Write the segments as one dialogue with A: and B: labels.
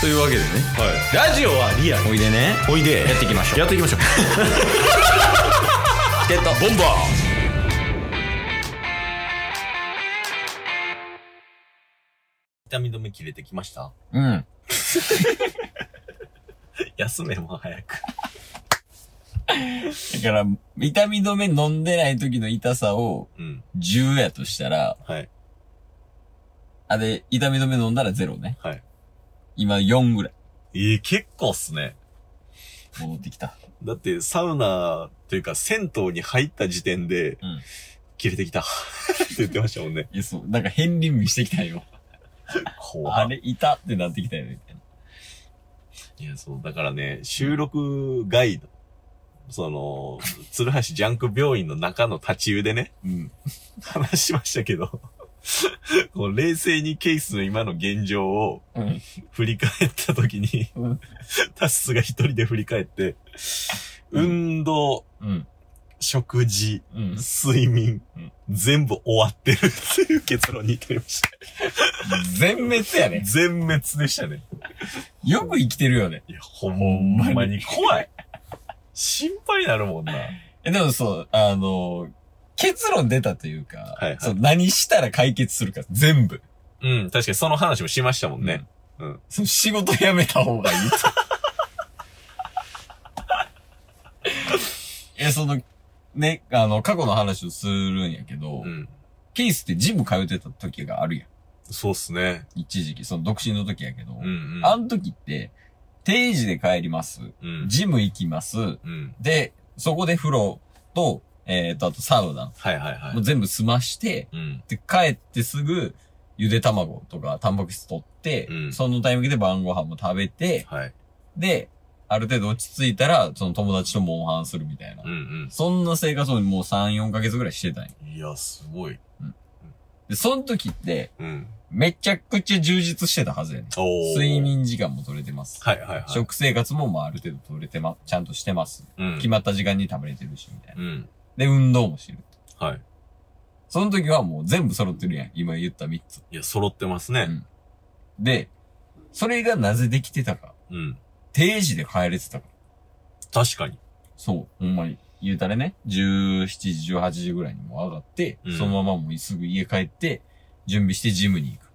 A: というわけでね
B: ラジオはリアル
A: おいでね
B: おいで
A: やっていきましょう
B: やっていきましょう
A: チケットボンバー
B: 痛み止め切れてきました
A: うん
B: 休めもう早く
A: だから痛み止め飲んでない時の痛さを
B: うん
A: 10やとしたら
B: はい
A: あで痛み止め飲んだら0ね
B: はい
A: 今4ぐらい
B: えー、結構っすね
A: 戻ってきた
B: だってサウナというか銭湯に入った時点で、
A: うん
B: 切れてきたって言ってましたもんね
A: いやそうなんか片鱗見してきたよ
B: 怖
A: あ
B: い
A: れいたってなってきたよみたいない
B: やそうだからね収録ガイドその鶴橋ジャンク病院の中の立ち湯でね
A: うん
B: 話しましたけどこう冷静にケースの今の現状を
A: うん
B: 振り返った時に、
A: うん
B: タッスが一人で振り返って、
A: うん
B: 運動、
A: うん
B: 食事、
A: うん
B: 睡眠、
A: うん
B: 全部終わってるっていう結論に至りました。
A: 全滅や ね
B: 全滅でしたね。
A: よく生きてるよね
B: いや、ほん
A: ほんま
B: ま
A: に
B: に怖い。心配になるもんな。
A: え、でもそう、あの、結論出たというか、
B: はいはい
A: そう何したら解決するか、全部。
B: うん、確かにその話もしましたもんね。うん。
A: その仕事辞めた方がいいと。 え、その、ね、あの、過去の話をするんやけど、
B: うん。
A: ケースってジム通ってた時があるやん。
B: そうっすね。
A: 一時期、その独身の時やけど、
B: うん、うん。
A: あの時って、定時で帰ります。
B: うん。
A: ジム行きます。
B: うん。
A: で、そこで風呂と、えっ、と、あとサウナ、
B: はいはいは
A: もう
B: い。
A: 全部済まして、
B: うん。
A: で、帰ってすぐ、ゆで卵とか、タンパク質取って、
B: うん
A: そのタイミングで晩ご飯も食べて、
B: はい。
A: で、ある程度落ち着いたら、その友達とモンハンするみたいな。
B: うん
A: そんな生活をもう3、4ヶ月ぐらいしてたんよ。
B: うん。いや、すごい。
A: で、その時って、
B: うん。
A: めちゃくちゃ充実してたはずやねん。
B: おー
A: 睡。眠時間も取れてます。
B: はいはいはい。
A: 食生活もまあある程度取れてま、ちゃんとしてます。
B: うん
A: 決まった時間に食べれてるし、みたいな。
B: うん。
A: で、運動もしてる。
B: はい。
A: その時はもう全部揃ってるやん。今言った3つ。
B: いや、揃ってます
A: う
B: ね。
A: んで、それがなぜできてたか。
B: うん。
A: 定時で帰れてたから。
B: 確かに。
A: そう、ほんまに。言うたらね、17時、18時ぐらいにもう上がって、
B: うん
A: そのままもうすぐ家帰って、準備してジムに行く。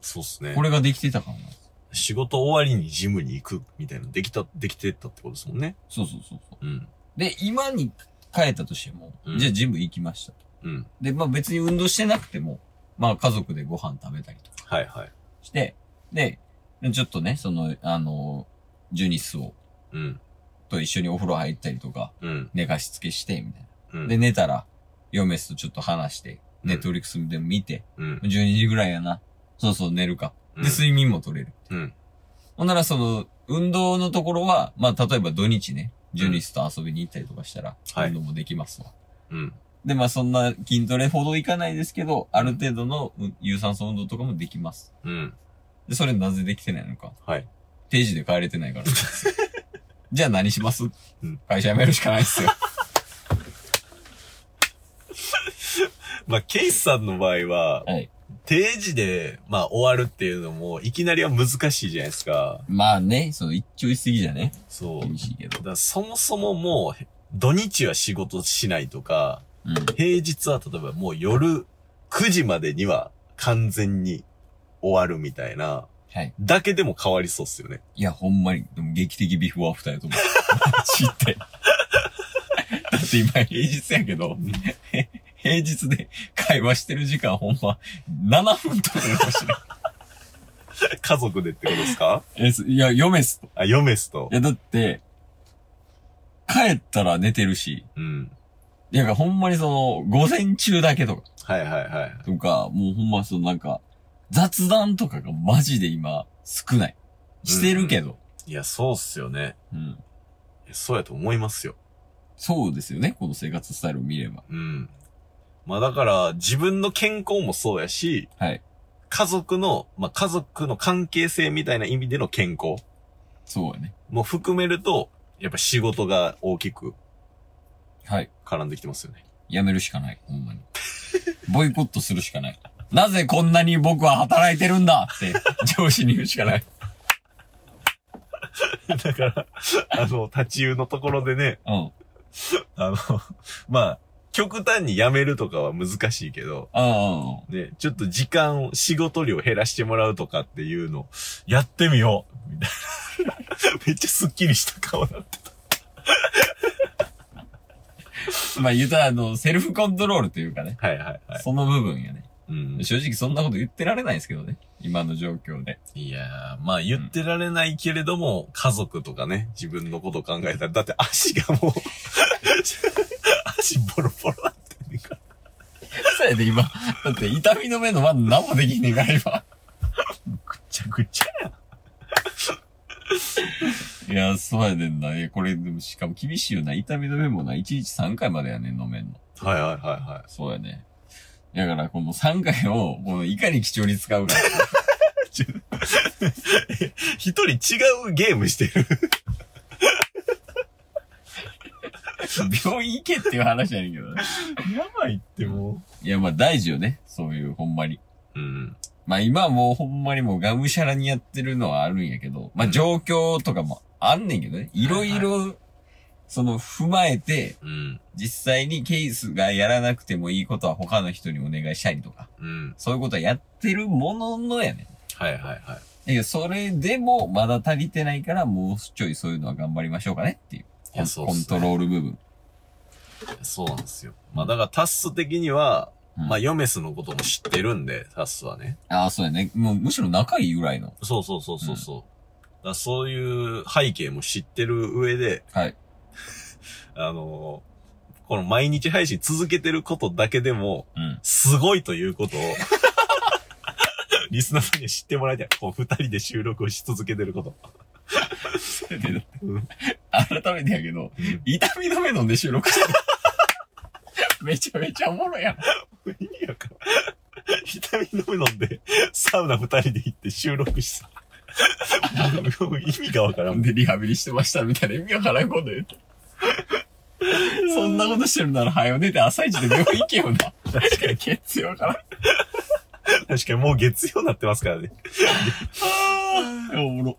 B: そうっすね。
A: これができてたからな。
B: 仕事終わりにジムに行くみたいな、できた、できてったってことですもんね。
A: そうそうそうそう。
B: うん。
A: で、今に帰ったとしても、
B: うん
A: じゃあジム行きましたと。
B: うん。
A: で、まあ別に運動してなくても、まあ家族でご飯食べたりとか
B: はいはい。
A: して、で、ちょっとね、その、あの、ジュニスを、
B: うん。
A: と一緒にお風呂入ったりとか、
B: うん。
A: 寝かしつけして、みたい
B: うん。
A: な。で、寝たら、嫁とちょっと話して、ネットフリックスでも見て、
B: うん。
A: 12時ぐらいやな。そうそう、寝るか。
B: う
A: で、
B: ん
A: 睡眠も取れる。
B: うん。
A: ほんなら、その、運動のところは、まあ、例えば土日ね、ジュニスと遊びに行ったりとかしたら、
B: はい
A: 運動もできますわ。
B: うん。
A: で、まあ、そんな筋トレほどいかないですけど、ある程度のうん有酸素運動とかもできます。
B: うん。
A: で、それなぜできてないのか。
B: はい。
A: 定時で帰れて ないから。じゃあ何します、
B: うん
A: 会社辞めるしかないっすよ。
B: まあ、ケイスさんの場合は、
A: はい。
B: 定時で、まあ、終わるっていうのも、いきなりは難しいじゃないですか。
A: まあね、その一朝一夕じゃね、
B: そう。
A: 厳しいけど
B: だ。からそもそももう、土日は仕事しないとか、
A: うん。
B: 平日は例えばもう夜9時までには完全に終わるみたいな、
A: はい。
B: だけでも変わりそうっすよね。
A: いや、ほんまに、でも劇的ビフォーアフターやと思う。知って。だって今平日やけど、へ平日で会話してる時間ほんま7分とかかもしれな
B: 家族でってことです か
A: い。えすいや、嫁っすと。
B: あ、嫁っすと
A: い。や、だって、帰ったら寝てるし、
B: うん。
A: いや、ほんまにその、午前中だけとか、
B: はいはいはい。
A: とか、もうほんまそのなんか、雑談とかがマジで今少ない。してるけど。
B: いや、そうっすよね。
A: うん。
B: そうやと思いますよ。
A: そうですよね、この生活スタイルを見れば。
B: うん。まあだから、自分の健康もそうやし、
A: はい。
B: 家族の、まあ家族の関係性みたいな意味での健康
A: そうやね。
B: も含めると、やっぱ仕事が大きく
A: はい。
B: 絡んできてますよね。
A: やめるしかない。ほんまに。ボイコットするしかない。なぜこんなに僕は働いてるんだって上司に言うしかない。
B: だから、あの、立ち湯のところでね、
A: うん。
B: あの、 まあ、極端にやめるとかは難しいけど、
A: ああ、
B: ね、ちょっと時間を、仕事量減らしてもらうとかっていうの、やってみようみたいな。 めっちゃスッキリした顔だった。
A: まあ言うたら、あの、セルフコントロールというかね。
B: はいはいはい。
A: その部分やね。
B: うん、
A: 正直そんなこと言ってられないですけどね。今の状況で。
B: いやー、まあ言ってられないけれども、家族とかね、自分のこと考えたら、だって足がもう、 足ボロボロなってんねんから。
A: そうやで、今。だって痛みの目のまだ何もできんねえから、今。
B: ぐっちゃぐちゃやん。
A: いや、そうやねんな。え、これ、でもしかも厳しいよな。痛みの目もな、1日3回までやねん、飲めんの。
B: はいはいはいは
A: そうやね。だから、この3回を、この、いかに貴重に使うか。
B: い。一人違うゲームしてる。
A: 病院行けっていう話やねんけどね。
B: やばいっても
A: いや、まあ大事よね。そういう、ほんまに。
B: う。うん。
A: まあ今はもうほんまにもうがむしゃらにやってるのはあるんやけど、まあ状況とかもあんねんけどね。いろいろ、その、踏まえて、
B: うん。
A: 実際にケースがやらなくてもいいことは他の人にお願いしたりとか、
B: うん。
A: そういうことはやってるもののやねん。
B: はいはいはい。
A: だけど、それでもまだ足りてないから、もうちょいそういうのは頑張りましょうかねっていう。
B: いやそうっ
A: コン
B: す
A: ト
B: ね
A: ロール部分。
B: そうなんですよ。まあだからタッス的には、
A: うん
B: まあヨメスのことも知ってるんで、タッスはね。
A: ああ、そうやね。もうむしろ仲いいぐらいの。
B: そうそうそうそうそう。だからそういう背景も知ってる上で、
A: はい。
B: あのーこの毎日配信続けてることだけでも、
A: うん。
B: すごいということを、リスナーさんには知ってもらいたい。こう、二人で収録をし続けてること。うん
A: 改めてやけど、痛み止め飲んで収録してる。 めちゃめちゃおもろいやん。
B: 意味わからん。痛み飲む飲んで、サウナ二人で行って収録しさ。 もう意味がわからん。
A: でリハビリしてましたみたいな意味わからんこと言って。そんなことしてるなら早寝て朝一で病院行けよな。確かに。月曜からん。
B: 確かにもう月曜になってますからね。
A: おもろ。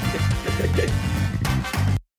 C: す